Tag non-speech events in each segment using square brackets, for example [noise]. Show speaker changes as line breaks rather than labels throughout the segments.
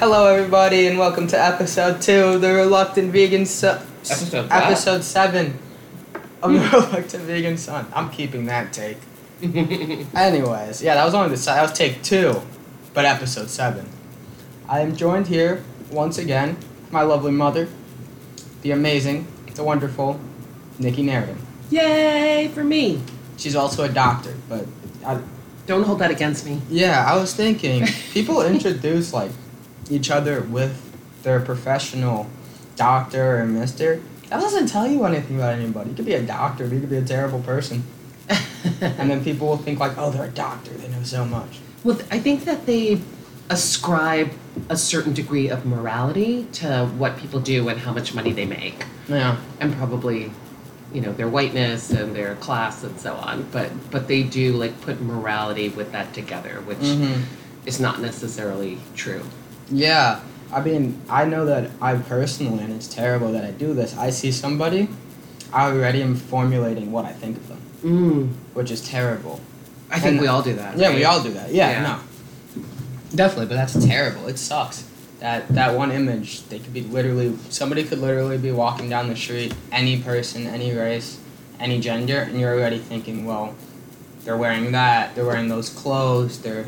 Hello, everybody, and welcome to episode two of the Reluctant Vegan Son.
Episode five.
episode seven of the [laughs] Reluctant Vegan Son. I'm keeping
[laughs]
that take. Anyways, yeah, that was only the si- that was take two, but episode seven. I am joined here once again, my lovely mother, the amazing, the wonderful, Nikki Narian.
Yay for me.
She's also a doctor, but I,
Don't hold that against me.
Yeah, I was thinking people introduce like each other with their professional doctor or mister. That doesn't tell you anything about anybody. You could be a doctor, but you could be a terrible person. And then people will think like, oh, they're a doctor. They know so much.
well, th- I think that they ascribe a certain degree of morality to what people do and how much money they make,
Yeah.
and probably, you know, their whiteness and their class and so on. But but they do like put morality with that together, which
hmm
is not necessarily true.
Yeah. I mean, I know that I personally, and it's terrible that I do this. I see somebody, I already am formulating what I think of them,
Mm.
which is terrible.
I think
And-
we all do that.
Yeah, we
right?
all do that. Yeah,
Yeah.
no. Definitely, but that's terrible. It sucks. That that one image, they could be literally somebody could literally be walking down the street, any person, any race, any gender, and you're already thinking, well, they're wearing that, they're wearing those clothes, they're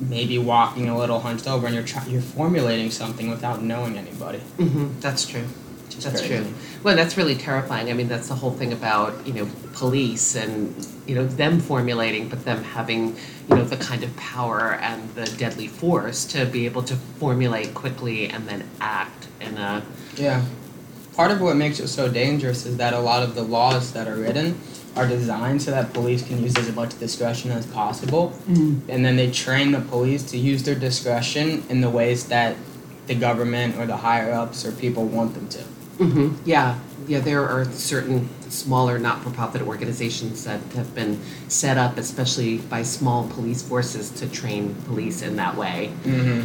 maybe walking a little hunched over, and you're try- you're formulating something without knowing anybody.
Mm-hmm. That's true.
which is
That's
crazy.
true. Well, that's really terrifying. I mean, that's the whole thing about you know police and you know them formulating, but them having you know the kind of power and the deadly force to be able to formulate quickly and then act in a
Yeah. Part of what makes it so dangerous is that a lot of the laws that are written are designed so that police can use as much discretion as possible. And then they train the police to use their discretion in the ways that the government or the higher ups or people want them to.
hmm Yeah, yeah. There are certain smaller not-for-profit organizations that have been set up, especially by small police forces, to train police in that way.
Mm-hmm.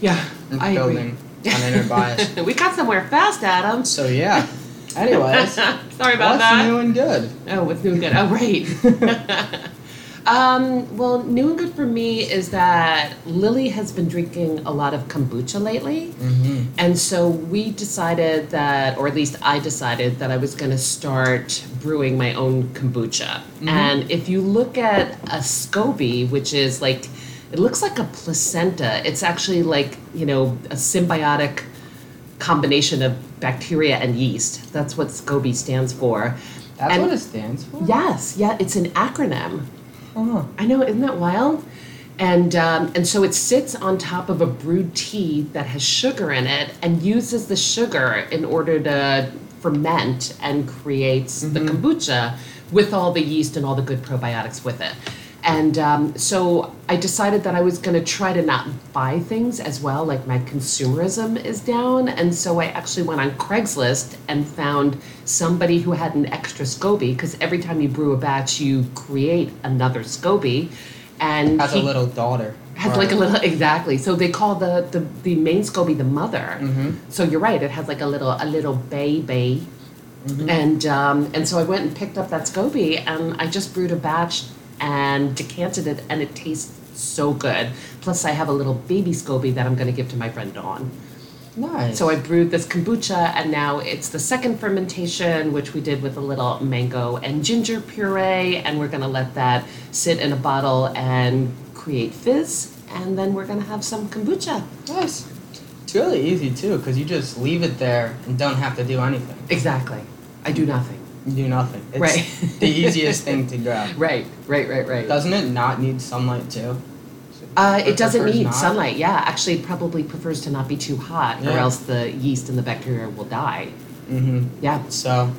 Yeah, I agree.
building on inner [laughs] bias.
[laughs] we got somewhere fast, Adam.
So, yeah. [laughs] Anyways, what's
[laughs] Sorry about that.
new and good?
Oh, what's new and good? Oh, right. [laughs] um, well, new and good for me is that Lily has been drinking a lot of kombucha lately.
Mm-hmm.
And so we decided that, or at least I decided, that I was going to start brewing my own kombucha.
Mhm.
And if you look at a SCOBY, which is like, it looks like a placenta, it's actually like, you know, a symbiotic combination of bacteria and yeast. That's what SCOBY stands for.
That's
And-
what it stands for?
Yes, yeah, it's an acronym.
Huh.
I know, isn't that wild? And um, and so it sits on top of a brewed tea that has sugar in it, and uses the sugar in order to ferment and creates the
Mhm.
kombucha with all the yeast and all the good probiotics with it. And um, so I decided that I was going to try to not buy things as well, like my consumerism is down. And so I actually went on Craigslist and found somebody who had an extra SCOBY, because every time you brew a batch, you create another SCOBY. And
Has a
he-
little daughter.
has like a little exactly. So they call the the, the main SCOBY the mother.
Mm-hmm.
So you're right. It has like a little a little baby, and um, and so I went and picked up that SCOBY, and I just brewed a batch and decanted it, and it tastes so good. Plus, I have a little baby SCOBY that I'm going to give to my friend Dawn.
Nice.
So I brewed this kombucha, and now it's the second fermentation, which we did with a little mango and ginger puree, and we're gonna let that sit in a bottle and create fizz, and then we're gonna have some kombucha.
Nice. It's really easy too, because you just leave it there and don't have to do anything.
Exactly. I do nothing.
You do nothing. It's
Right.
[laughs] the easiest thing
[laughs]
to grab.
Right. Right. Right. Right.
Doesn't it not need sunlight too?
Uh,
Or
it doesn't
prefers
need
not?
sunlight. Yeah, actually, it probably prefers to not be too hot, or
Yeah.
else the yeast and the bacteria will die.
Mm-hmm.
Yeah.
So,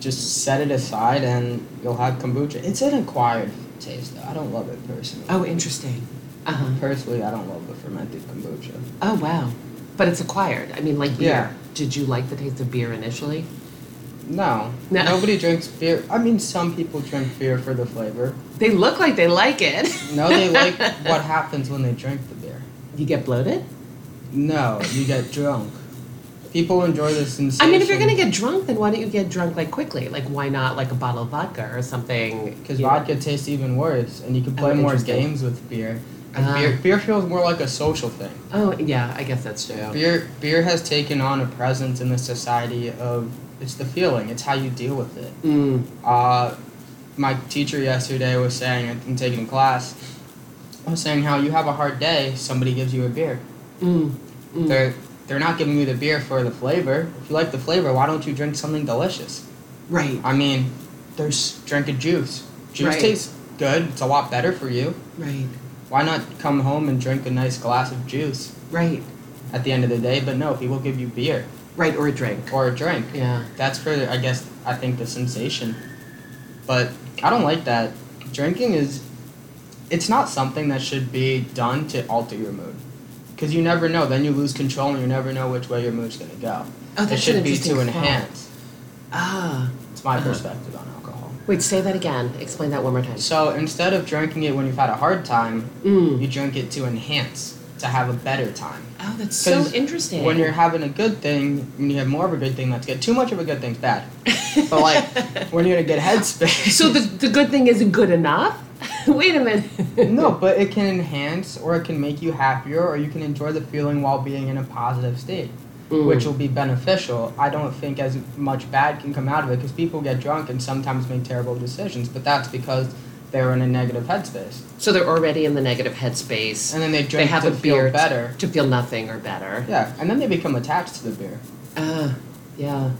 just set it aside and you'll have kombucha. It's an acquired taste though. I don't love it personally.
Oh, interesting. Uh huh.
Personally, I don't love the fermented kombucha.
Oh wow. But it's acquired. I mean like beer.
Yeah.
Did you like the taste of beer initially?
No,
No.
Nobody drinks beer. I mean, some people drink beer for the flavor.
They look like they like it.
No, they
[laughs]
like what happens when they drink the beer.
You get bloated?
No, you get drunk. People enjoy the sensation.
I mean, if you're gonna get drunk, then why don't you get drunk like quickly? Like, why not like a bottle of vodka or something?
because
you know?
vodka tastes even worse, and you can
Oh,
play more
interesting.
games with beer. And
Ah.
beer, beer feels more like a social thing.
Oh yeah, I guess that's true.
Beer, beer has taken on a presence in the society of it's the feeling, it's how you deal with it.
Mm.
Uh, my teacher yesterday was saying, I'm taking a class, was saying how you have a hard day, somebody gives you a beer.
Mm. Mm.
They're they're not giving you the beer for the flavor. If you like the flavor, why don't you drink something delicious?
Right.
I mean, there's drink a juice. Juice
Right.
tastes good. It's a lot better for you.
Right.
Why not come home and drink a nice glass of juice
Right.
at the end of the day? But no, people give you beer
Right. Or a drink.
or a drink.
Yeah.
That's for I guess I think the sensation. But I don't like that. Drinking is it's not something that should be done to alter your mood. Cuz you never know, then you lose control and you never know which way your mood's going to go.
Oh, that's
it should
an
be
interesting
to
thought.
enhance.
Ah.
It's my
Uh-huh.
perspective on alcohol.
Wait. Say that again. Explain that one more time.
So instead of drinking it when you've had a hard time,
Mm.
you drink it to enhance, to have a better time.
Oh, that's so
'Cause
interesting.
When
[laughs]
you're having a good thing, when you have more of a good thing, that's good. Too much of a good thing's bad. But
[laughs]
like when you're in a good headspace.
so the the good thing isn't good enough. [laughs] Wait a minute.
[laughs] No, but it can enhance or it can make you happier or you can enjoy the feeling while being in a positive state,
Mm.
which will be beneficial. I don't think as much bad can come out of it because people get drunk and sometimes make terrible decisions, but that's because they're in a negative headspace.
So they're already in the negative headspace
And then they drink
They have
to
a
feel
beer.
better.
to feel nothing or better.
Yeah, and then they become attached to the beer.
Ah. yeah.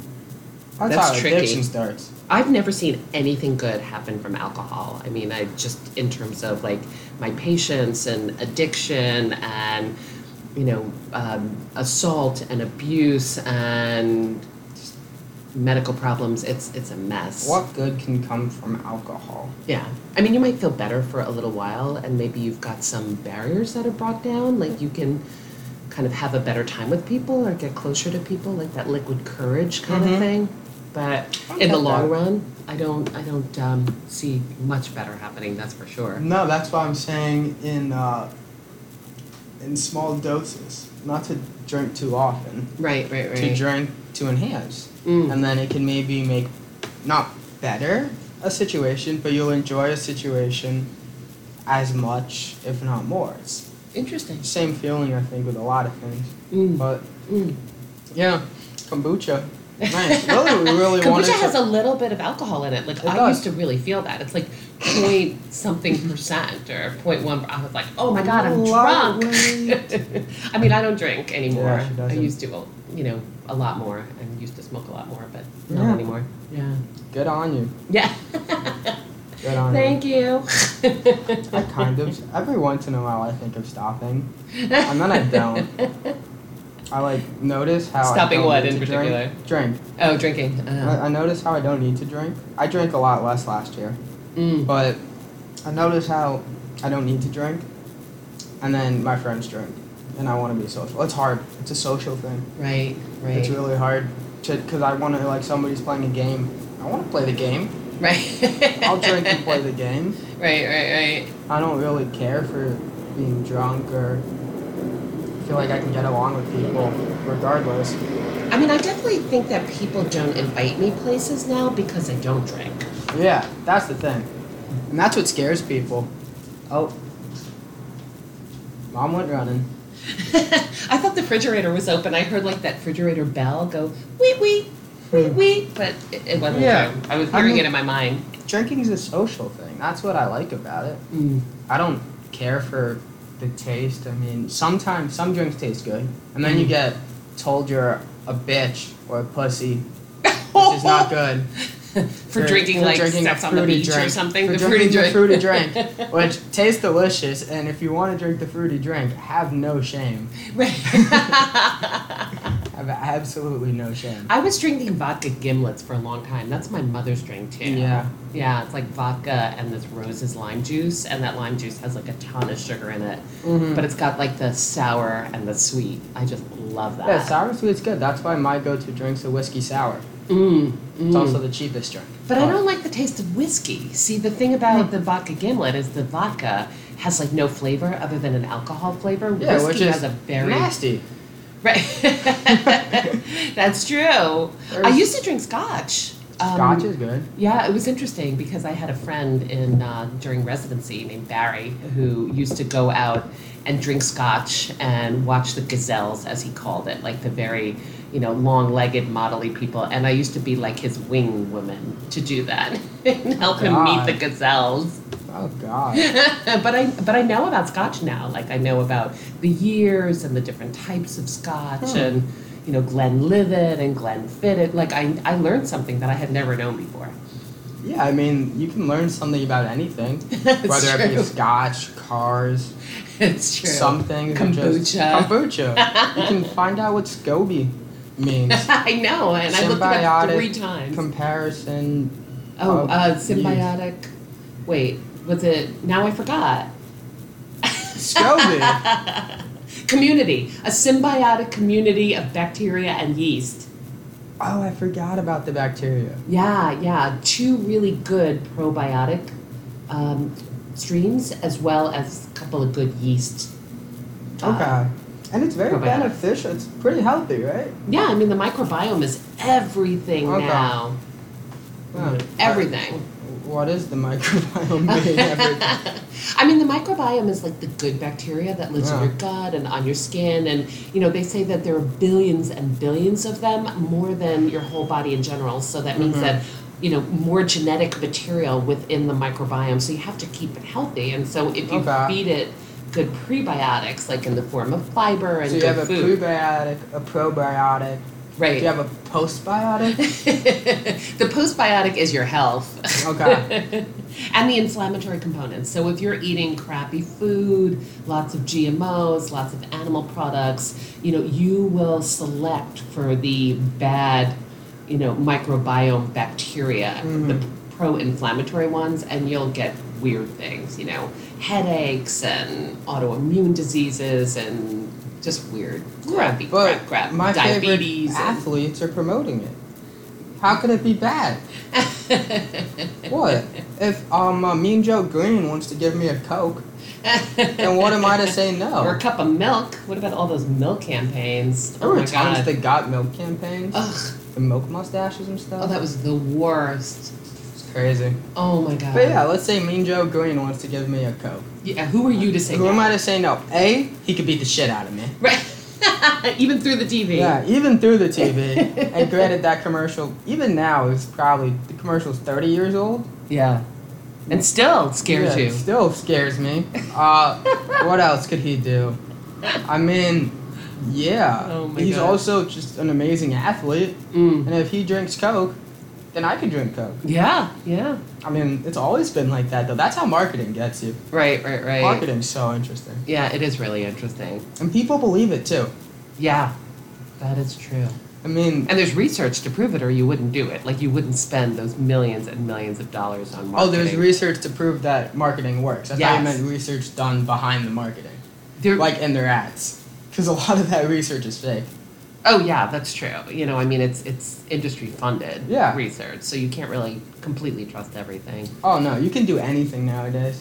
That's,
That's
how
tricky.
addiction starts.
I've never seen anything good happen from alcohol. I mean, I just in terms of like my patience and addiction and you know um, assault and abuse and medical problems. It's it's a mess.
What good can come from alcohol?
Yeah. I mean, you might feel better for a little while, and maybe you've got some barriers that are brought down. Like you can kind of have a better time with people or get closer to people, like that liquid courage kind of
Mhm.
thing. But
I
in the
get
long
that.
run, I don't, I don't um, see much better happening. That's for sure.
No, that's why I'm saying in uh, in small doses, not to drink too often.
Right, right, right.
To drink to enhance,
Mm.
and then it can maybe make not better a situation, but you'll enjoy a situation as much, if not more. It's
Interesting.
the same feeling I think with a lot of things,
Mm.
but
Mm.
yeah, kombucha. Nice. Really, we really wanted
Kombucha
to-
has a little bit of alcohol in it. Like
It
I
does.
used to really feel that. It's like point something percent or point one. I was like, oh my god, I'm drunk. [laughs] I mean, I don't drink anymore.
Yeah, she
I
doesn't.
used to, well, you know, a lot more. I used to smoke a lot more, but not
Yeah.
anymore. Yeah.
Good on you. [laughs]
Yeah.
Good on you.
Thank you. [laughs]
I kind of every once in a while I think of stopping, and then I don't. I like notice how
Stopping
I don't
what
need
in
to drink-
particular?
Drink.
Oh, drinking. Uh,
I, I notice how I don't need to drink. I drank a lot less last year,
mm.
but I notice how I don't need to drink, and then my friends drink, and I want to be social. It's hard. It's a social thing.
Right, right.
It's really hard to because I want to like somebody's playing a game. I want to play the game.
right.
I'll drink and play the game.
[laughs] Right, right, right.
I don't really care for being drunk or feel like I can get along with people regardless.
I mean, I definitely think that people don't invite me places now because I don't drink.
Yeah, that's the thing. And that's what scares people. Oh. Mom went running.
[laughs] I thought the refrigerator was open. I heard like that refrigerator bell go wee wee wee wee, but it, it wasn't.
Yeah.
true. Hmm. I was
I
hearing
mean-
it in my mind.
Drinking's a social thing. That's what I like about it.
Hmm. [laughs]
I don't care for the taste. I mean, sometimes some drinks taste good, and then you
Mhm.
get told you're a bitch or a pussy, which is
[laughs]
not good.
for, drinking like sex on the
fruity
beach or
drink-
something.
For
the fruity
drinking the
drink.
fruity drink, which tastes delicious, and if you want to drink the fruity drink, have no shame.
Right.
Have absolutely no shame.
[laughs] I was drinking vodka gimlets for a long time. That's my mother's drink too.
Yeah.
Yeah, it's like vodka and this roses lime juice, and that lime juice has like a ton of sugar in it,
Mhm.
but it's got like the sour and the sweet. I just love that.
yeah, sour sweet's good. That's why my go-to drink's a whiskey sour.
Mm,
It's
mm.
also the cheapest drink.
But I don't like the taste of whiskey. See, the thing
Mm.
about the vodka gimlet is the vodka has like no flavor other than an alcohol flavor.
Yeah,
whiskey
which is
has a very
nasty.
[laughs] Right. [laughs] That's true. I
There's-
used to drink scotch. Um,
Scotch is good.
Yeah, it was interesting because I had a friend in uh, during residency named Barry who used to go out and drink scotch and watch the gazelles, as he called it, like the very you know long-legged, modelly people. And I used to be like his wing woman to do that [laughs] and help him meet
God.
the gazelles. [laughs]
Oh God.
but I but I know about scotch now. Like I know about the years and the different types of scotch
Hmm.
and you know Glenlivet and Glenfiddich. Like I I learned something that I had never known before.
Yeah, I mean, you can learn something about anything,
It's
whether it be
true.
Scotch, cars,
It's true. [laughs]
some things. are just-
Kombucha. [laughs]
kombucha. you can find out what SCOBY means.
I know, and I looked it up
Symbiotic
three times.
Comparison.
oh,
of
uh,
yeast.
symbiotic. Wait, was it? Now I forgot.
SCOBY.
[laughs] community, a symbiotic community of bacteria and yeast.
oh, I forgot about the bacteria.
Yeah, yeah. Two really good probiotic um, streams, as well as a couple of good yeast. uh,
Okay. And it's very
probiotic.
beneficial. It's pretty healthy, right?
yeah, I mean the microbiome is everything
Okay.
now.
Yeah.
Everything.
What is the microbiome
[laughs]
being? Every-
I mean, the microbiome is like the good bacteria that lives in
Yeah.
your gut and on your skin, and you know they say that there are billions and billions of them, more than your whole body in general. So that means
Mhm.
that you know more genetic material within the microbiome. So you have to keep it healthy, and so if you
Okay.
feed it good prebiotics, like in the form of fiber and
so you
good
have a
food,
prebiotic, a probiotic. Do
right?
you have a postbiotic?
[laughs] the postbiotic is your health.
Oh, Okay.
[laughs] and the inflammatory components. So if you're eating crappy food, lots of GMOs, lots of animal products, you know, you will select for the bad, you know, microbiome bacteria,
Mm-hmm.
the pro-inflammatory ones, and you'll get weird things, you know, headaches and autoimmune diseases and just weird crappy
But
crap crap
my
diabetes
favorite
and-
athletes are promoting it. How could it be bad?
[laughs]
What if um uh, Mean Joe Green wants to give me a Coke? Then what am I to say
Or [laughs]
no?
a cup of milk. What about all those milk campaigns?
There were
oh my
times
god.
they got milk campaigns,
Ugh.
the milk mustaches and stuff.
Oh, that was the worst.
it's crazy.
Oh my god.
But yeah, let's say Mean Joe Green wants to give me a Coke.
Yeah, who are you to say
Who
no?
am I to say no? A, he could beat the shit out of me.
[laughs] Right. [laughs] Even through the TV.
Yeah, even through the TV. [laughs] and granted, that commercial, even now, is probably the commercial's thirty years old.
Yeah. And still it scares
Yeah,
you.
Still scares me.
[laughs]
Uh, what else could he do? I mean, yeah.
Oh my
He's
God.
also just an amazing athlete,
Mm.
and if he drinks Coke, then I could drink Coke.
Yeah, yeah.
I mean, it's always been like that, though. That's how marketing gets you.
Right, right, right.
Marketing's so interesting,
Yeah, it is really interesting.
and people believe it too.
Yeah. That is true.
I mean,
And there's research to prove it or you wouldn't do it. Like you wouldn't spend those millions and millions of dollars on
oh,
marketing.
there's research to prove that marketing works. I thought you
Yes.
meant research done behind the marketing,
There-
like in their ads, because a lot of that research is fake.
Oh yeah, that's true. You know, I mean, it's it's industry funded
Yeah.
research, so you can't really completely trust everything. [laughs]
Oh no, you can do anything nowadays.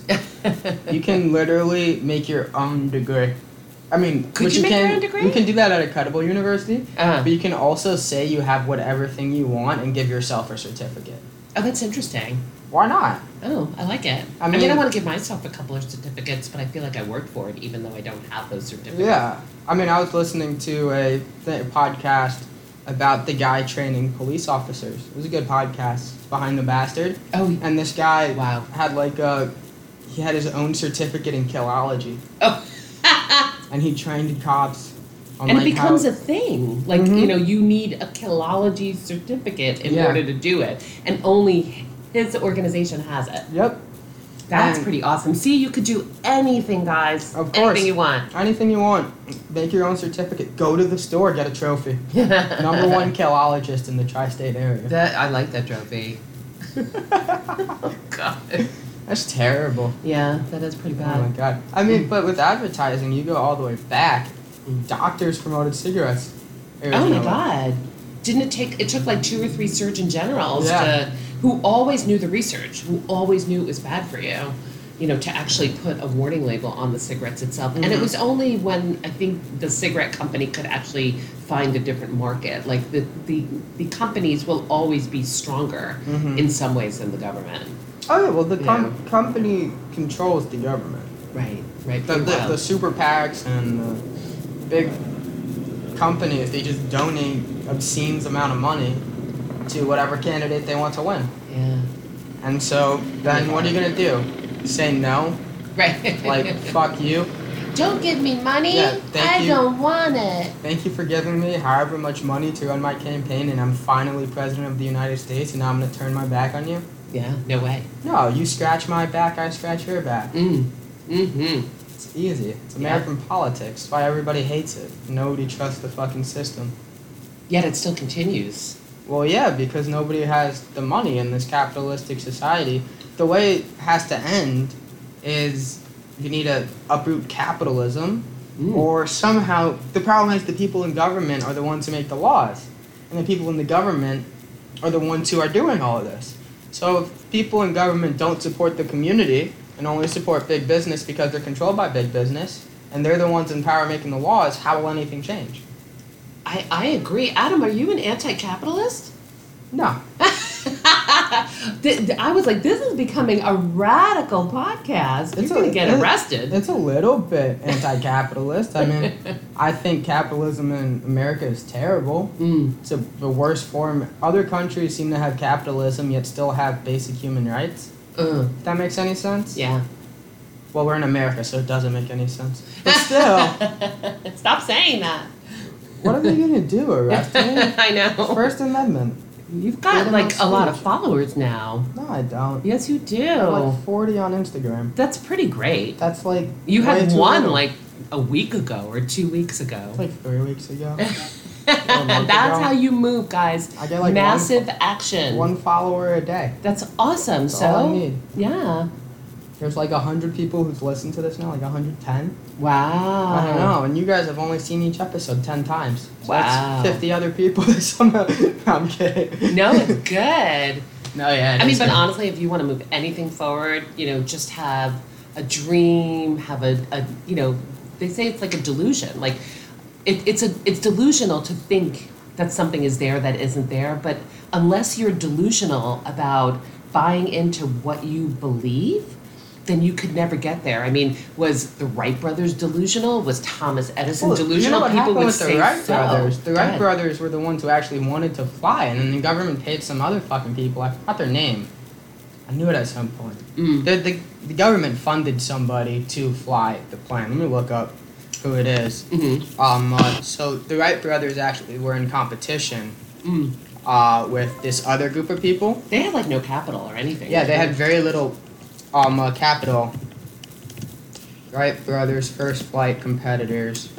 You can literally make your own degree. I mean,
Could
which
you make your
can,
own degree?
You can do that at a credible university,
uh,
but you can also say you have whatever thing you want and give yourself a certificate.
oh, that's interesting.
Why not?
Oh, I like it.
I
I mean, I,
mean-
want to give myself a couple of certificates, but I feel like I worked for it, even though I don't have those certificates.
Yeah. I mean, I was listening to a th- podcast about the guy training police officers. It was a good podcast, It's Behind the Bastard,
Oh,
and this guy
wow.
had like a he had his own certificate in killology,
Oh, [laughs]
and he trained cops. On
and
like
it becomes
how,
a thing. Like
Mhm.
you know, you need a killology certificate in
Yeah.
order to do it, and only his organization has it.
Yep.
That's
And-
pretty awesome. See, you could do anything, guys.
Of course.
anything you want.
Anything you want. Make your own certificate. Go to the store, get a trophy. Number
[laughs]
one killologist in the tri state area.
That I like that trophy. oh God.
[laughs] That's terrible.
Yeah, that is pretty
Oh my
bad.
god. I mean, but with advertising, you go all the way back. Doctors promoted cigarettes.
Oh my God. Didn't it take? It took like two or three surgeon generals
Yeah.
to, who always knew the research, who always knew it was bad for you. You you know, to actually put a warning label on the cigarettes itself. And it
Mhm.
was only when I think the cigarette company could actually find a different market. Like the the, the companies will always be stronger
Mhm.
in some ways than the government.
Oh yeah, well the
com-
company controls the government.
Right. Right.
The,
pretty
the,
wild.
the super PACs and the big companies, they just donate obscene amount of money to whatever candidate they want to win.
yeah.
And so then what are you gonna do? Say no?
[laughs] Right.
Like fuck you.
don't give me money.
Yeah, thank
I
you.
don't want it.
Thank you for giving me however much money to run my campaign and I'm finally president of the United States and now I'm gonna turn my back on you?
Yeah. No way.
No, you scratch my back, I scratch your back.
Mm. Mm-hmm.
It's easy. It's
Yeah.
American politics. It's why everybody hates it. Nobody trusts the fucking system.
Yet it still continues.
Well, yeah, because nobody has the money in this capitalistic society. The way it has to end is you need to uproot capitalism,
Mm.
or somehow the problem is the people in government are the ones who make the laws, and the people in the government are the ones who are doing all of this. So if people in government don't support the community and only support big business because they're controlled by big business, and they're the ones in power making the laws, how will anything change?
I, I agree. Adam, are you an anti-capitalist? [laughs]
No.
Th- th- I was like, this is becoming a radical podcast. You're
It's
going
a-
to get
it-
arrested.
It's a little bit anti-capitalist. I mean, [laughs] I think capitalism in America is terrible.
[laughs] Mm,
It's a, the worst form. Other countries seem to have capitalism yet still have basic human rights.
uh,
If that makes any sense.
yeah.
Well, we're in America, so it doesn't make any sense. But still,
[laughs] Stop saying that.
what are they gonna do? Arrest me?
[laughs] I know.
First Amendment.
You've got
freedom
like
of
a lot of
speech.
followers now.
No, I don't.
Yes, you do.
I'm like forty on Instagram.
That's pretty great.
That's like
You
way
had
too
one
little.
like a week ago or two weeks ago.
It's
[laughs]
like three weeks ago. a month
That's
ago.
how you move, guys.
I get like
Massive action.
one, one follower a day.
That's awesome.
That's
so
all I need.
yeah.
There's like 100 people who've listened to this now, like 110.
Wow.
I don't know, and you guys have only seen each episode 10 times. So
Wow.
That's 50 other people that somehow. [laughs] I'm kidding. [laughs]
No, it's good.
no, yeah. it
I mean,
is
but
good.
honestly, if you want to move anything forward, you know, just have a dream, have a, a you know, they say it's like a delusion. Like, it, it's a it's delusional to think that something is there that isn't there. But unless you're delusional about buying into what you believe, then you could never get there. I mean, was the Wright brothers delusional? Was Thomas Edison
Well,
delusional?
You know what
People
happened
would
with the
say
Wright
so.
brothers? The
Go
Wright
ahead.
brothers were the ones who actually wanted to fly, and then the government paid some other fucking people. I forgot their name. I knew it at some point.
Mm.
The, the, the government funded somebody to fly the plane. Let me look up who it is.
Mhm.
Um, uh, so the Wright brothers actually were in competition
Mm.
uh, with this other group of people.
They had like no capital or anything.
Yeah,
right?
they had very little um, uh, capital. Wright brothers, first flight competitors.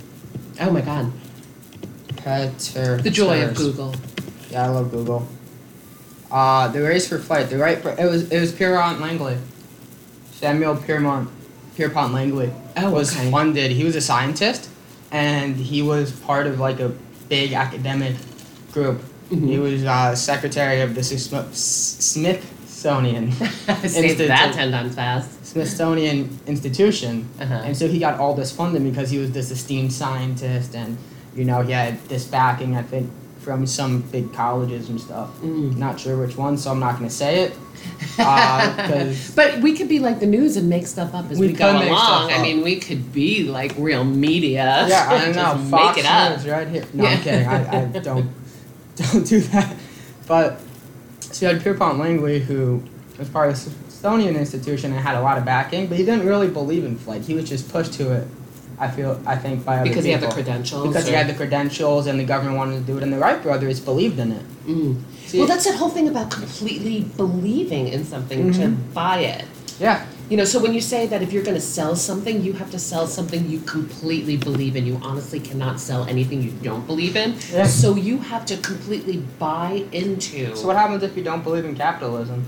Oh my god.
Competitors.
The joy of Google.
Yeah, I love Google. Uh, the race for flight. The right. It was it was Pierpont Langley. Samuel Pierpont Pierpont Langley
Oh,
was
okay.
funded. He was a scientist, and he was part of like a big academic group.
Mhm.
He was uh, secretary of the Sm-
[laughs]
Smithsonian
Say
Instant-
that ten times fast.
Smithsonian Institution,
Uh-huh.
and so he got all this funding because he was this esteemed scientist, and you know he had this backing, I think, from some big colleges and stuff.
Mm.
Not sure which one, so I'm not gonna say it.
[laughs]
Uh, 'cause-
but we could be like the news and make stuff up as we,
We
go
could make stuff
along. I
up.
mean, we could be like real media.
yeah,
[laughs]
I don't
[laughs] Just
know. Fox
make it up.
News right here. No,
Yeah.
I'm kidding. I,
[laughs]
I don't don't do that. But so you had Pierpont Langley, who was part of the Smithsonian Institution and had a lot of backing, but he didn't really believe in flight. He was just pushed to it. I feel. I think by other
Because he had the
people.
credentials.
because he
or-
had the credentials and the government wanted to do it, and the Wright brothers believed in it.
Mm.
See,
Well, that's that whole thing about completely believing in something
Mm-hmm.
to buy it.
yeah,
You know, so when you say that if you're going to sell something, you have to sell something you completely believe in. You honestly cannot sell anything you don't believe in.
Yeah.
So you have to completely buy into.
So what happens if you don't believe in capitalism?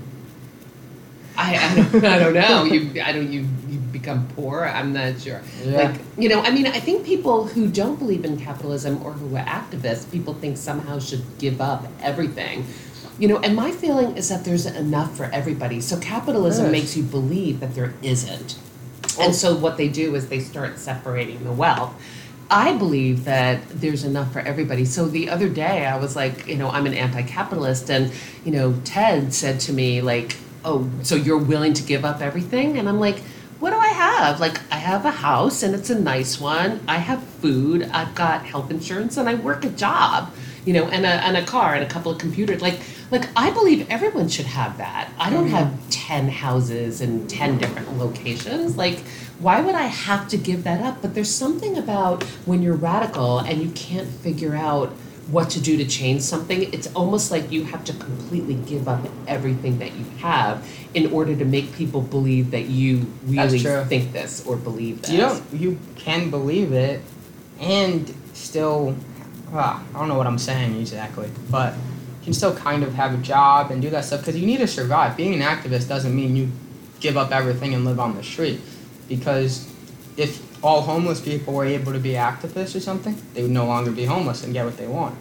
I, I, don't, I don't know. You, I don't. You, you become poor. I'm not sure.
Yeah.
Like you know, I mean, I think people who don't believe in capitalism or who are activists, people think somehow should give up everything. You know, and my feeling is that there's enough for everybody. So capitalism
Yes.
makes you believe that there isn't. And so what they do is they start separating the wealth. I believe that there's enough for everybody. So the other day I was like, you know, I'm an anti-capitalist and, you know, Ted said to me like, "Oh, so you're willing to give up everything?" And I'm like, "What do I have? Like I have a house and it's a nice one. I have food, I've got health insurance and I work a job." You know, and a, and a car and a couple of computers. Like, like I believe everyone should have that. I
Mm-hmm.
don't have ten houses and ten different locations. Like, why would I have to give that up? But there's something about when you're radical and you can't figure out what to do to change something, it's almost like you have to completely give up everything that you have in order to make people believe that you
That's
really
true.
think this or believe this.
You don't. You can believe it, and still, ah, I don't know what I'm saying exactly, but you can still kind of have a job and do that stuff because you need to survive. Being an activist doesn't mean you give up everything and live on the street, because if all homeless people were able to be activists or something, they would no longer be homeless and get what they want.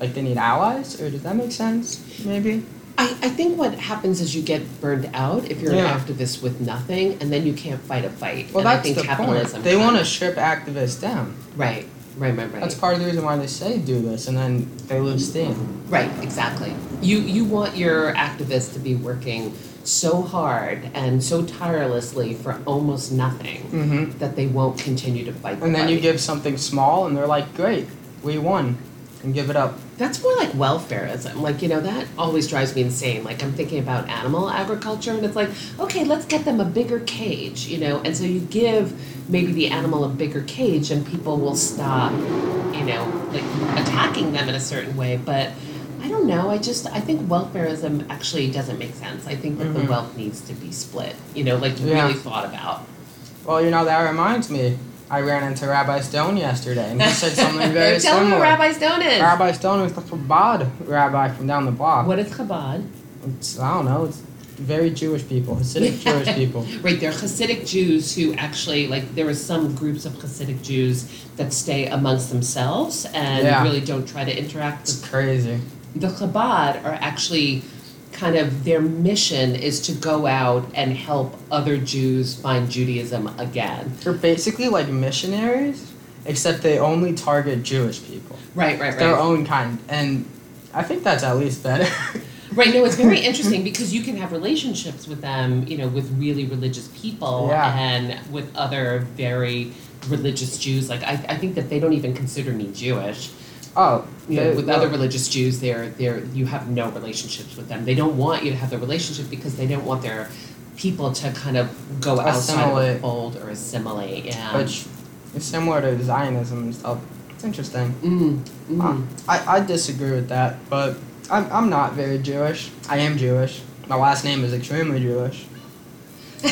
Like they need allies, or does that make sense? Maybe.
I, I think what happens is you get burned out if you're
Yeah.
an activist with nothing and then you can't fight a fight.
Well,
and I
that's
think
the
capitalism
point. They
kind
want to
of-
strip activists down.
Right, right, right, right.
That's part of the reason why they say do this, and then they lose steam.
Right, exactly. You you want your activists to be working so hard and so tirelessly for almost nothing
Mm-hmm.
that they won't continue to fight. the
And then you
fight.
give something small, and they're like, "Great, we won," and give it up.
that's more like welfareism. Like you know that always drives me insane. Like I'm thinking about animal agriculture, and it's like, okay, let's get them a bigger cage, you know. And so you give maybe the animal a bigger cage, and people will stop, you know, like attacking them in a certain way, but. I don't know. I just I think welfareism actually doesn't make sense. I think that
Mhm.
the wealth needs to be split. You know, like
Yeah.
really thought about.
Well, you know that reminds me. I ran into Rabbi Stone yesterday, and he
[laughs]
said something very
Tell them
similar.
who Rabbi Stone is.
Rabbi Stone is the Chabad rabbi from down the block.
What is Chabad?
It's, I don't know. It's very Jewish people,
[laughs]
Hasidic Jewish people.
Right, they're Hasidic Jews who actually, like, there are some groups of Hasidic Jews that stay amongst themselves and
Yeah.
really don't try to interact.
It's crazy.
The Chabad are actually kind of their mission is to go out and help other Jews find Judaism again.
They're basically like missionaries, except they only target Jewish people,
Right, right, right.
their own kind, and I think that's at least better. [laughs]
Right, no, it's [laughs] very interesting because you can have relationships with them, you know, with really religious people
Yeah.
and with other very religious Jews. Like, I, I think that they don't even consider me Jewish.
oh,
you know,
they-
with other religious Jews, they're, they're, you have no relationships with them. They don't want you to have the relationship because they don't want their people to kind of go outside of the
Assimilate.
fold or assimilate. Yeah.
which is similar to Zionism and stuff. It's interesting.
mm, mm.
Uh, I, I disagree with that, but I'm, I'm not very Jewish. I am Jewish. My last name is extremely Jewish. But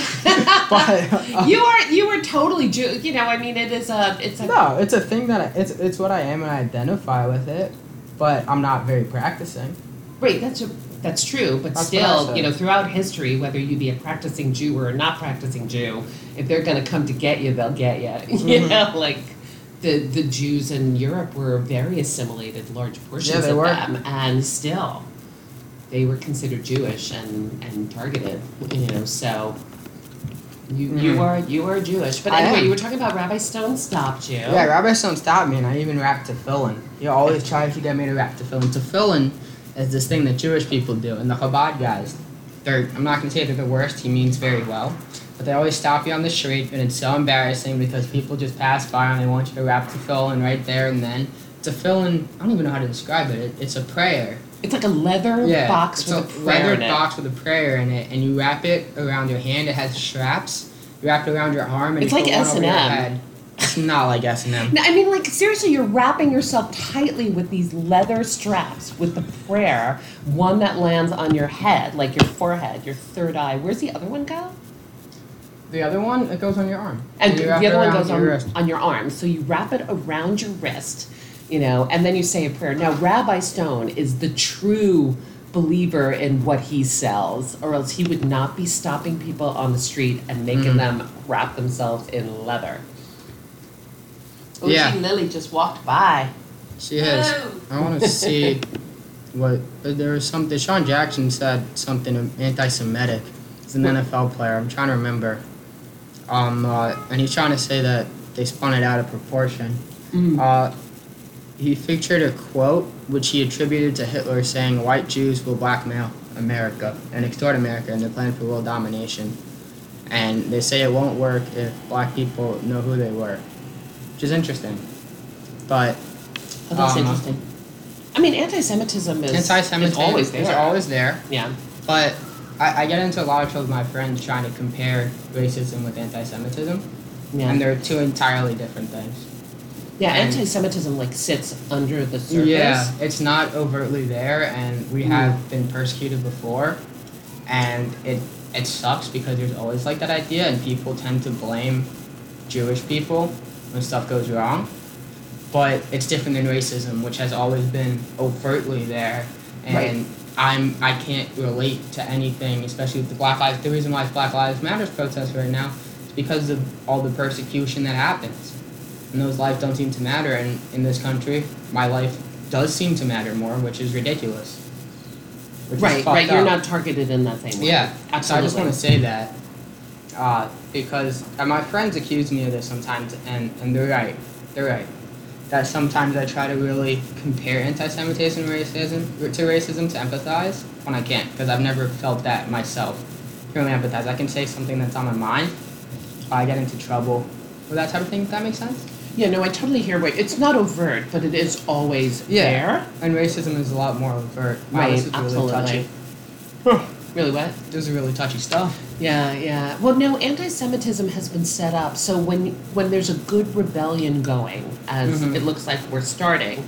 uh,
[laughs] you are you are totally Jew. You know, I mean, it is a it's a
no, it's a thing that I, it's it's what I am and I identify with it, but I'm not very practicing.
Right, that's a, that's true, but
That's what I
still,
said.
you know, throughout history, whether you be a practicing Jew or a not practicing Jew, if they're going to come to get you, they'll get [laughs] you. You
Mhm.
know, like the the Jews in Europe were very assimilated, large portions
they
of
were.
them, and still, they were considered Jewish and and targeted. You know, so. You, you
Mhm.
are you are Jewish, but
I
anyway,
am.
you were talking about Rabbi Stone stopped you.
Yeah, Rabbi Stone stopped me, and I even wrapped to filling. He always tries to get me to wrap to filling. To filling is this thing that Jewish people do, and the Chabad guys, they're, I'm not going to say they're the worst, he means very well, but they always stop you on the street, and it's so embarrassing because people just pass by and they want you to wrap to filling right there and then. To filling, I don't even know how to describe it. it it's a prayer.
It's like a leather
Yeah,
box
it's
with
a
a prayer
leather
in it.
box with a prayer in it, and you wrap it around your hand. It has straps. You wrap it around your arm, and
It's
you
like
put one over your
S&M.
head. It's not like S and M.
No, I mean, like seriously, you're wrapping yourself tightly with these leather straps with the prayer, one that lands on your head, like your forehead, your third eye. Where's the other one go?
The other one, it goes on your arm.
And
You
the
wrap
other
it
one
around
goes
your
on
wrist.
on your arm. So you wrap it around your wrist, you know, and then you say a prayer. Now, Rabbi Stone is the true believer in what he sells, or else he would not be stopping people on the street and making
Mhm.
them wrap themselves in leather.
Yeah.
Uchi Lily just walked by.
She is. I want to see what uh, there was some Deshaun Jackson said something anti-Semitic. He's an NFL player. I'm trying to remember. Um, uh, and he's trying to say that they spun it out of proportion.
Mm.
Uh, he featured a quote which he attributed to Hitler saying, White Jews will blackmail America and extort America, and they plan for world domination. And they say it won't work if black people know who they were, which is interesting. But
Oh, that's
Um,
interesting. I mean, anti-Semitism is
anti-Semitism
is always there.
Is always there.
yeah.
But I, I get into a lot of trouble with my friends trying to compare racism with anti-Semitism,
Yeah.
and they're two entirely different things.
yeah.
and-
Anti-Semitism like sits under the surface.
Yeah, it's not overtly there, and we
Mm.
have been persecuted before, and it it sucks because there's always like that idea, and people tend to blame Jewish people when stuff goes wrong, but it's different than racism, which has always been overtly there, and.
Right.
I'm I can't relate to anything, especially with the Black Lives. The reason why it's Black Lives Matters protests right now is because of all the persecution that happens, and those lives don't seem to matter. And in this country, my life does seem to matter more, which is ridiculous. Which is
Right.
fucked
Right. You're
up.
not targeted in that same way.
Yeah. So I
Absolutely.
just want to say that uh, because uh, my friends accuse me of this sometimes, and, and they're right. They're right. That sometimes I try to really compare anti-Semitism and racism to racism to empathize when I can't because I've never felt that myself. Purely empathize. I can say something that's on my mind. I get into trouble with that type of thing. If that makes sense.
Yeah. No, I totally hear what it's not overt, but it is always
Yeah.
there.
And racism is a lot more overt. Wow,
right.
this is
absolutely.
really touchy.
Really what?
This is really touchy stuff.
Yeah, yeah. Well, no, anti-Semitism has been set up. So when when there's a good rebellion going, as
Mhm.
it looks like we're starting,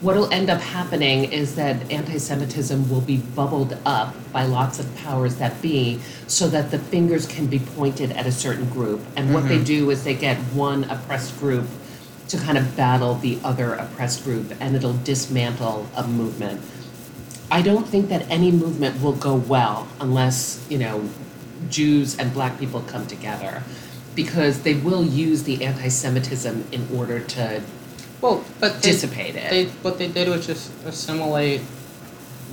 what'll end up happening is that anti-Semitism will be bubbled up by lots of powers that be, so that the fingers can be pointed at a certain group. And what they do is they get one oppressed group to kind of battle the other oppressed group, and it'll dismantle a movement. I don't think that any movement will go well unless, you know, Jews and black people come together because they will use the anti Semitism in order to
Well, but they-
dissipate it.
They, what they did was just assimilate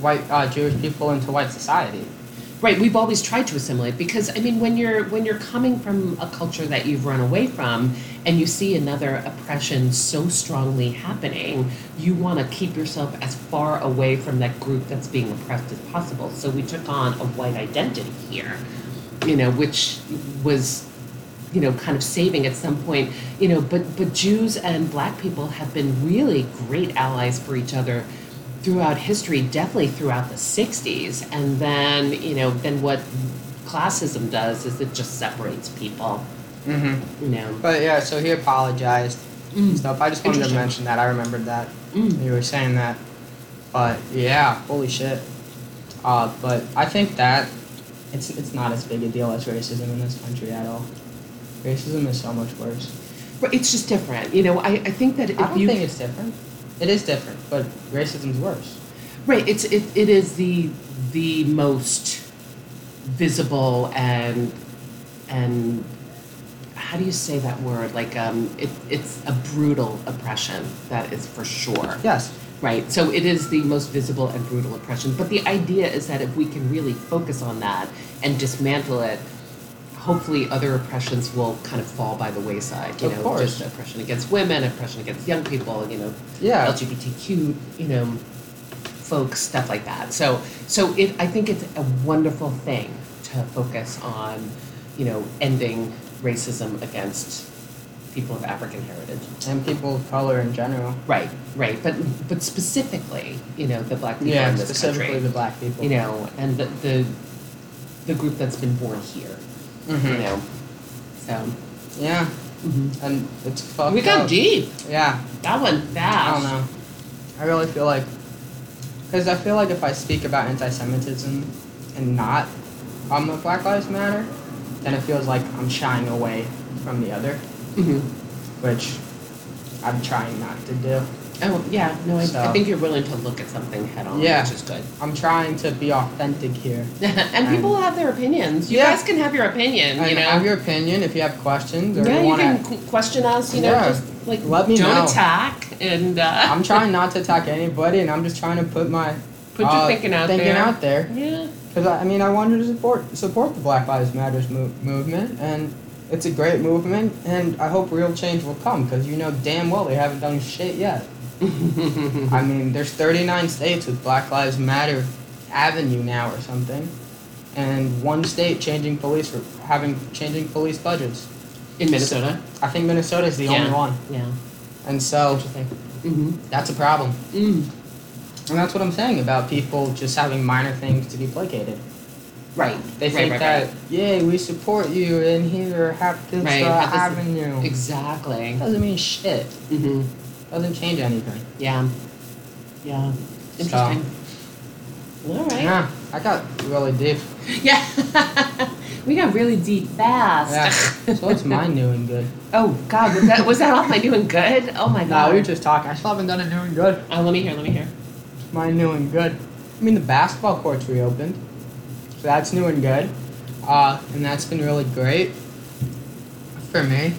white uh, Jewish people into white society.
right, we've always tried to assimilate because I mean when you're when you're coming from a culture that you've run away from and you see another oppression so strongly happening, you want to keep yourself as far away from that group that's being oppressed as possible. So we took on a white identity here. you know, which was, you know, kind of saving at some point, you know, but but Jews and black people have been really great allies for each other throughout history, definitely throughout the sixties. And then, you know, then what classism does is it just separates people,
Mm-hmm.
you know.
But yeah, so he apologized and
Mm.
stuff. I just wanted to
Interesting.
mention that. I remembered that
Mm.
you were saying that. But yeah, holy shit. Uh, but I think that it's it's not as big a deal as racism in this country at all. Racism is so much worse.
But it's just different. You know, I, I think that if
I don't
you
think it's different. It is different, but racism's worse.
Right. It's it, it is the the most visible and and how do you say that word? Like um, it, it's a brutal oppression. That is for sure.
Yes.
Right. So it is the most visible and brutal oppression. But the idea is that if we can really focus on that and dismantle it. Hopefully, other oppressions will kind of fall by the wayside. You
Of
know,
course.
just oppression against women, oppression against young people. You know,
Yeah.
LGBTQ, you know, folks, stuff like that. So, so it, I think it's a wonderful thing to focus on, you know, ending racism against people of African heritage.
And people of color in general.
Right, right, but but specifically, you know, the black people
Yeah,
in this
specifically
country,
the black people.
you know, and the, the the group that's been born here, you
hmm
know, so
Yeah, and it's Mm-hmm. fucked
we got
up.
deep.
Yeah,
That one
I
fast.
don't know. I really feel like, because I feel like if I speak about anti-Semitism and not on the Black Lives Matter, then it feels like I'm shying away from the other,
Mhm.
which I'm trying not to do.
Oh yeah, no, I, I
So-
think you're willing to look at something head on,
Yeah.
which is good. [laughs]
I'm trying to be authentic here.
and people have their opinions. You
Yeah.
guys can have your opinion.
And
you know,
have your opinion if you have questions or
yeah,
you
you
want to.
can [laughs] qu- question us. You know,
Yeah.
just like
Let me
don't
know.
attack. And uh,
I'm trying not to attack anybody, and I'm just trying to put my
[laughs] Put your
Uh,
thinking out
thinking
there.
out there.
yeah.
Because I I mean, I wanted to support support the Black Lives Matters mov- movement, and it's a great movement, and I hope real change will come. Because you know damn well they haven't done shit yet. [laughs] I mean, there's 39 states with Black Lives Matter Avenue now or something, and one state changing police for having changing police budgets.
In Minnesota.
I think Minnesota's the
Yeah.
only one,
Yeah.
and so
Mm-hmm.
that's a problem.
Mm.
And that's what I'm saying about people just having minor things to be placated.
Right.
They
right,
think
right,
that
right.
yay, we support you, and here have this
Right,
uh,
have this-
avenue.
Exactly.
doesn't mean shit.
Mm-hmm.
Doesn't change anything.
Yeah. Yeah.
So-
Interesting. All right.
Yeah, I got really
[laughs]
deep.
Yeah. [laughs] we got really deep
Yeah.
fast. [laughs]
so what's my new and good?
oh God, was that was that off my new and good? Oh my
Nah,
God.
we were just talking. I still haven't done a new and good.
Uh, let me hear. Let me hear.
My new and good. I mean, the basketball courts reopened, so that's new and good, uh, and that's been really great for me.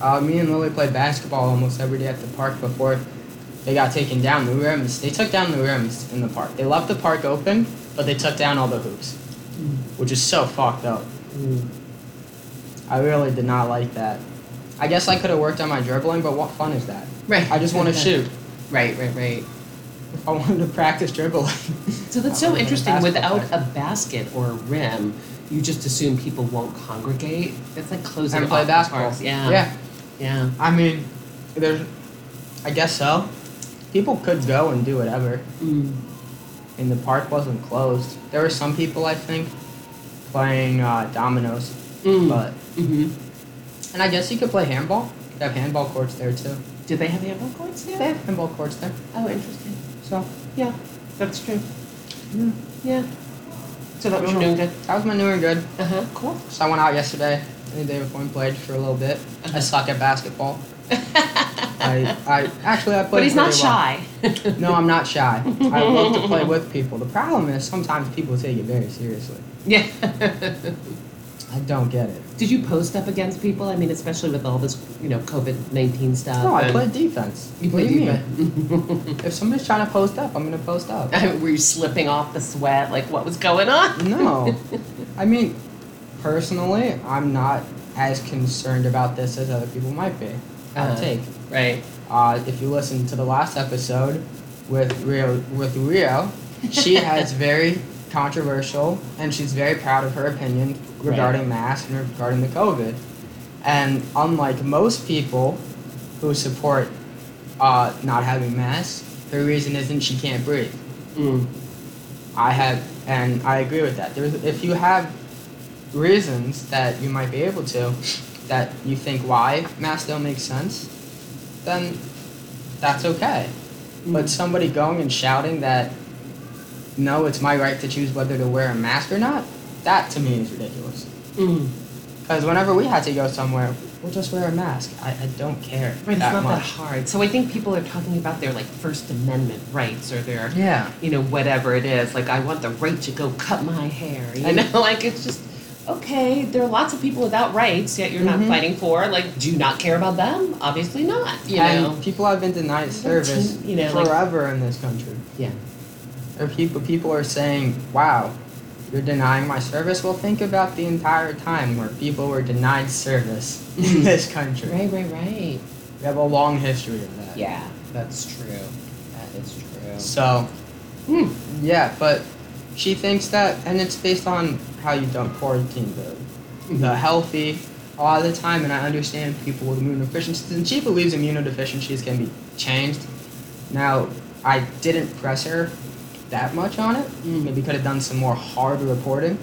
Uh, me and Lily played basketball almost every day at the park before they got taken down. The rims, they took down the rims in the park. They left the park open, but they took down all the hoops, which is so fucked up. I really did not like that. I guess I could have worked on my dribbling, but what fun is that?
Right.
I just
[laughs]
want to shoot.
Right. Right. Right.
I wanted to practice dribbling.
So that's
Uh,
so
with a
interesting.
basketball
Without a basket or a rim, you just assume people won't congregate. That's like closing
and play
off the
basketball.
parks. Yeah.
Yeah.
Yeah.
I mean, there's. I guess so. People could go and do whatever,
Mm.
and the park wasn't closed. There were some people, I think, playing uh, dominoes,
Mm.
but
hmm
and I guess you could play handball. You could have handball courts there too.
Did they have handball courts there?
They have handball courts there,
Oh, interesting.
so
Yeah, that's true.
Yeah.
Yeah. So that was your new and good.
that was my new and good.
Uh huh. [laughs] Cool.
So I went out yesterday and the day before and played for a little bit. I suck at basketball. I, I actually I played.
but he's not
pretty well.
shy. [laughs]
No, I'm not shy. I love to play with people. The problem is sometimes people take it very seriously.
yeah. [laughs]
I don't get it.
Did you post up against people? I mean, especially with all this, you know, COVID nineteen stuff.
No, I
and-
play defense.
You
What
played
do you mean?
[laughs] defense.
If somebody's trying to post up, I'm gonna post up.
Were you slipping off the sweat? Like, what was going on?
No, I mean, personally, I'm not as concerned about this as other people might be. I
Uh-huh.
take.
Right.
Uh, if you listen to the last episode with Rio, with Rio, she has very controversial, and she's very proud of her opinion regarding masks and regarding the COVID. And unlike most people who support uh, not having masks, the reason isn't she can't breathe.
Mm.
I have, and I agree with that. There's, if you have reasons that you might be able to, that you think why masks don't make sense, then that's okay. But somebody going and shouting that, no, it's my right to choose whether to wear a mask or not, that to me is ridiculous.
Mm.
Because whenever we had to go somewhere, we'll just wear a mask. I, I don't care
Right, it's
that
not that
much.
hard. So I think people are talking about their like First Amendment rights or their
Yeah.
you know, whatever it is. Like, I want the right to go cut my hair. You
And-
know, [laughs] like it's just okay. There are lots of people without rights, yet you're
Mhm.
not fighting for. Like, do you not care about them? Obviously not. You
and
know.
people have been denied service
you know, like-
forever in this country.
Yeah.
Or people people are saying, "Wow, you're denying my service." Well, think about the entire time where people were denied service in
[laughs] Mhm.
this country.
Right. Right. Right.
We have a long history of that.
Yeah, that's true. That is
So,
true.
yeah, but she thinks that, and it's based on how you don't quarantine the the healthy a lot of the time. And I understand people with immunodeficiencies, and she believes immunodeficiencies can be changed. Now, I didn't press her that much on it.
Mm.
Maybe could have done some more hard reporting.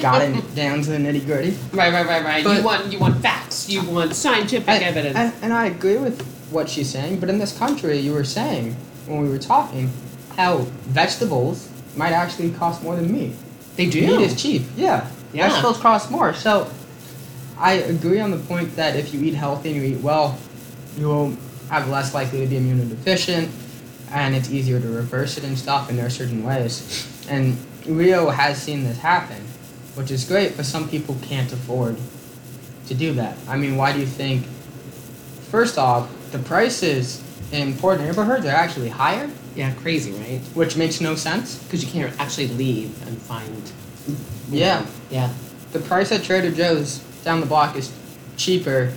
got it down to the nitty gritty.
[laughs] Right. Right. Right. Right.
But-
you want you want facts. You want scientific
And,
evidence.
and, and I agree with what she's saying, but in this country, you were saying when we were talking how vegetables might actually cost more than meat.
they do.
Meat is cheap, yeah.
Yeah.
Vegetables cost more. So I agree on the point that if you eat healthy and you eat well, you will have less likely to be immunodeficient and it's easier to reverse it and stuff, and there are certain ways. And Rio has seen this happen, which is great, but some people can't afford to do that. I mean, why do you think? First off, the prices in poor neighborhoods are actually higher
Yeah, crazy, right?
which makes no sense.
Because you can't actually leave and find.
Yeah,
Yeah.
the price at Trader Joe's down the block is cheaper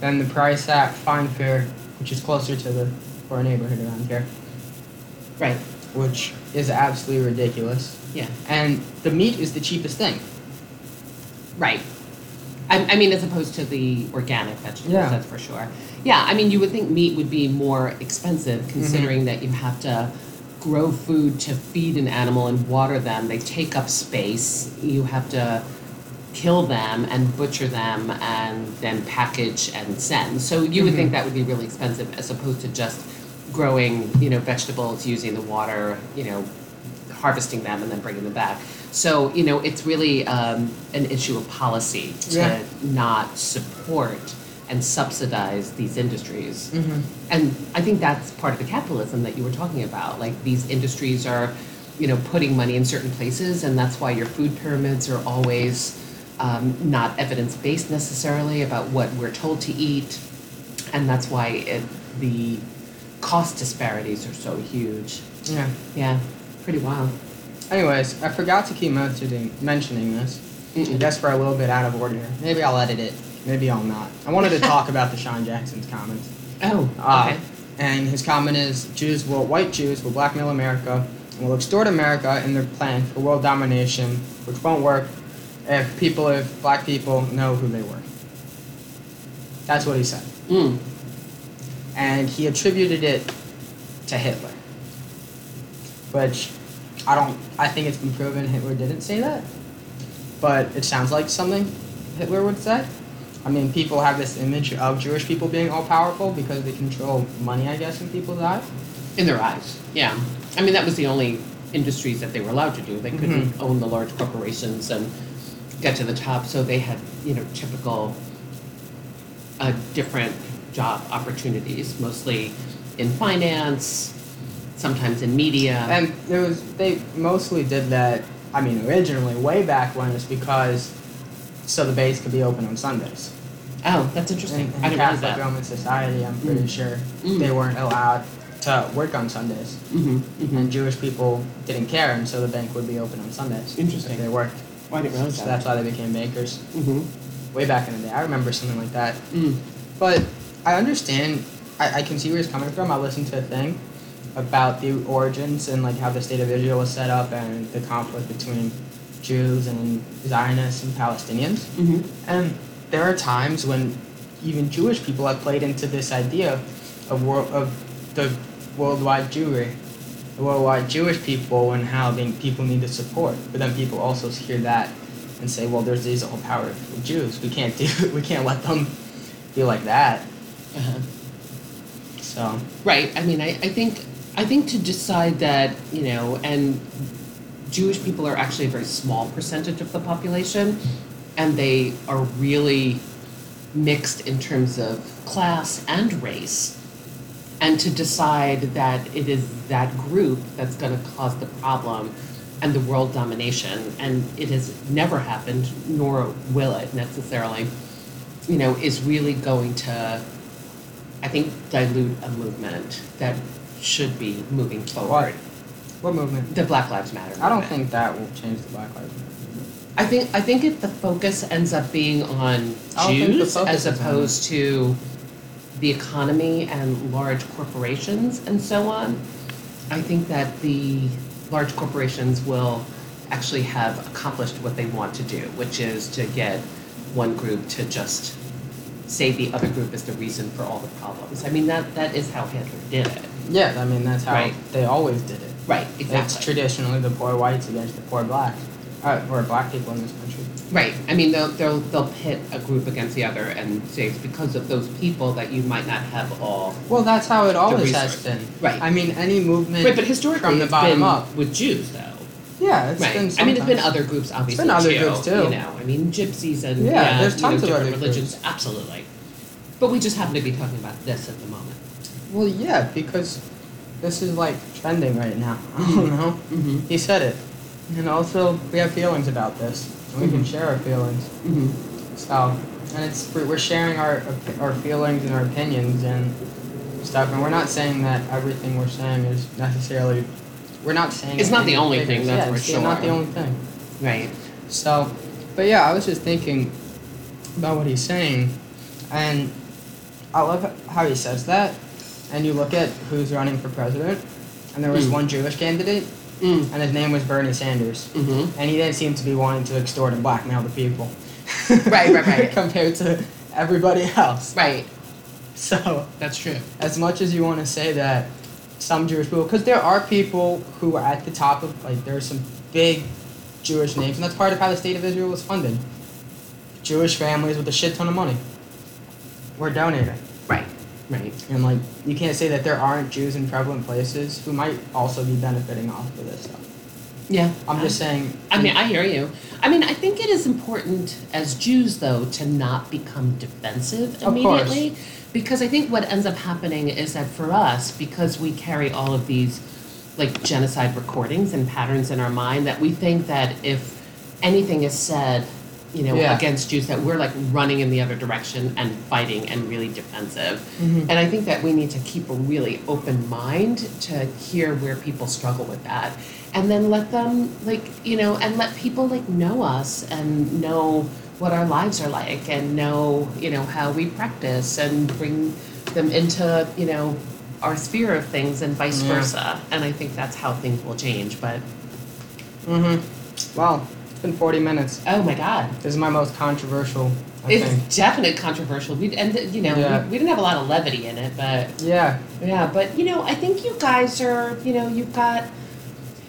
than the price at Fine Fare, which is closer to the poor neighborhood around here,
Right.
which is absolutely ridiculous.
Yeah.
And the meat is the cheapest thing.
Right. I, I mean, as opposed to the organic vegetables,
Yeah.
that's for sure. Yeah, I mean, you would think meat would be more expensive considering that you have to grow food to feed an animal and water them. They take up space. You have to kill them and butcher them and then package and send. So you would think that would be really expensive as opposed to just growing, you know, vegetables using the water, you know, harvesting them and then bringing them back. So, you know, it's really um, an issue of policy to
Yeah.
not support and subsidize these industries. And I think that's part of the capitalism that you were talking about. Like these industries are, you know, putting money in certain places, and that's why your food pyramids are always um, not evidence based necessarily about what we're told to eat, and that's why it, the cost disparities are so huge.
Yeah.
Yeah, pretty wild.
Anyways, I forgot to keep mentioning mentioning this. I guess we're a little bit out of order. here. Maybe I'll edit it. Maybe I'll not. I wanted to talk about the Deshaun Jackson's comments.
Oh,
Uh,
okay.
And his comment is Jews will, white Jews will blackmail America and will extort America in their plan for world domination, which won't work if people, if black people know who they were. That's what he said.
Mm.
And he attributed it to Hitler. Which I don't, I think it's been proven Hitler didn't say that. But it sounds like something Hitler would say. I mean, people have this image of Jewish people being all powerful because they control money, I guess, in people's eyes.
In their eyes, yeah. I mean, that was the only industries that they were allowed to do. They couldn't own the large corporations and get to the top, so they had, you know, typical, uh, different job opportunities, mostly in finance, sometimes in media.
And there was they mostly did that. I mean, originally, way back when, it's because so the base could be open on Sundays.
oh, that's
In,
interesting.
in
I didn't realize
Catholic
that.
Roman society, I'm pretty sure
Mm.
they weren't allowed to work on Sundays,
Mm-hmm, mm-hmm.
and Jewish people didn't care, and so the bank would be open on Sundays.
Interesting.
If they worked,
I didn't
so that's why they became bankers.
Mm-hmm.
Way back in the day, I remember something like that.
Mm.
But I understand. I, I can see where he's coming from. I listened to a thing about the origins and like how the state of Israel was set up and the conflict between Jews and Zionists and Palestinians.
Mm-hmm.
And there are times when even Jewish people have played into this idea of world of the worldwide Jewry, the worldwide Jewish people, and how they, people need the support. But then people also hear that and say, "Well, there's these all-powerful Jews. We can't do. [laughs] We can't let them be like that."
Uh-huh.
So
Right. I mean, I, I think I think to decide that you know, and Jewish people are actually a very small percentage of the population, and they are really mixed in terms of class and race. And to decide that it is that group that's going to cause the problem and the world domination, and it has never happened, nor will it necessarily, you know, is really going to I think dilute a movement that should be moving forward.
what movement?
The Black Lives Matter.
I don't
movement.
think that will change the Black Lives Matter.
I think I think if the focus ends up being on
I don't think the
Jews
focus is
as
on-
opposed to the economy and large corporations and so on, I think that the large corporations will actually have accomplished what they want to do, which is to get one group to just say the other group is the reason for all the problems. I mean that that is how Hitler did it.
Yeah, I mean that's how
Right.
they always did it.
Right,
It's traditionally the poor whites against the poor blacks, uh, or black people in this country.
Right. I mean, they'll, they'll, they'll pit a group against the other and say it's because of those people that you might not have all.
Well, that's how it always
research.
has been.
Right.
I mean, any movement
Right, but historically,
from the
it's
bottom
been
up.
with Jews, though.
Yeah, it's
right.
been.
I mean, it's been
sometimes.
other groups, obviously.
been other
too,
groups, too.
You know, I mean, gypsies and
Yeah, there's
you
tons
know,
of other
different religions. Absolutely. But we just happen to be talking about this at the moment.
Well, yeah, because this is like trending right now. [laughs] I don't know.
Mm-hmm.
He said it, and also we have feelings about this. And we can share our feelings.
Mm-hmm.
So, and it's we're we're sharing our our feelings and our opinions, and stuff, and we're not saying that everything we're saying is necessarily. We're not saying
It's
it
not the
any
only
bigger.
thing, that's
yeah,
for
it's Not the
sure.
only thing.
Right.
So, but yeah, I was just thinking about what he's saying, and I love how he says that. And you look at who's running for president, and there was
Mm.
one Jewish candidate,
Mm.
and his name was Bernie Sanders,
Mm-hmm.
and he didn't seem to be wanting to extort and blackmail the people.
Right, right, right.
[laughs] compared to everybody else.
Right.
So,
That's true.
as much as you want to say that some Jewish people, because there are people who are at the top of, like, there are some big Jewish names, and that's part of how the state of Israel was funded. Jewish families with a shit ton of money were donating.
Right. Right.
And, like, you can't say that there aren't Jews in prevalent places who might also be benefiting off of this stuff.
Yeah.
I'm just saying.
Um, I mean, I hear you. I mean, I think it is important as Jews, though, to not become defensive
Of course.
immediately. Because I think what ends up happening is that for us, because we carry all of these like genocide recordings and patterns in our mind, that we think that if anything is said, you know,
Yeah.
against Jews, that we're like running in the other direction and fighting and really defensive.
Mhm.
And I think that we need to keep a really open mind to hear where people struggle with that. And then let them like, you know, and let people like know us and know what our lives are like and know, you know, how we practice and bring them into, you know, our sphere of things and vice
Yeah.
versa. And I think that's how things will change. But
Mm-hmm. Wow, it's been 40 minutes.
oh my God.
This is my most controversial, I
it's
think.
definite controversial. We and you know
Yeah.
we, we didn't have a lot of levity in it, but
Yeah,
Yeah, but you know, I think you guys are, you know, you've got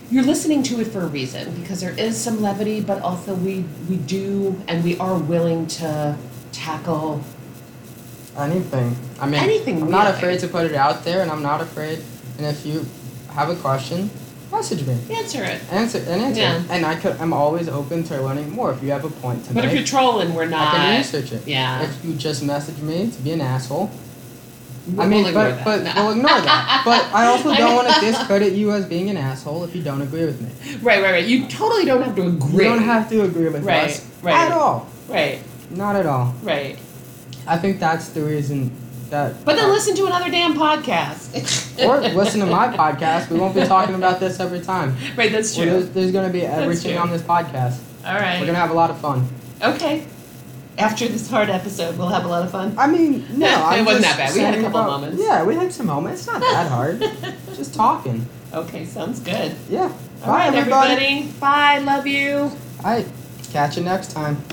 you're listening to it for a reason because there is some levity, but also we we do and we are willing to tackle
anything. I mean,
Anything,
I'm not
really.
afraid to put it out there, and I'm not afraid. And if you have a question, message me.
answer it.
Answer and answer.
Yeah.
And I could. I'm always open to learning more. If you have a point to
But if
make,
you're trolling, we're
I
not.
can research it.
Yeah.
If you just message me to be an asshole,
We'll
I mean,
ignore
but
that.
but
No.
we'll ignore
[laughs]
that. But I also
I
don't
know.
want to discredit you as being an asshole if you don't agree with me.
[laughs] Right, right, right. You totally don't have to
You
agree.
don't have to agree with
Right,
us
right.
at all.
Right,
Not at all.
right.
I think that's the reason that.
But then listen to another damn podcast.
or
[laughs]
listen to my podcast. We won't be talking about this every time.
Right, that's
Well,
true.
there's there's going to be everything
true.
on this podcast.
All
We're
right.
going to have a lot of fun.
okay. After this hard episode, we'll have a lot of fun.
I mean, no.
[laughs] It
I'm
wasn't
just
that bad. We had a
saying
couple
about-
moments.
Yeah, we had some moments. It's not that
[laughs]
hard. just talking.
Okay, sounds good.
Yeah.
All right,
everybody.
everybody. Bye. Love you.
All right. Catch you next time.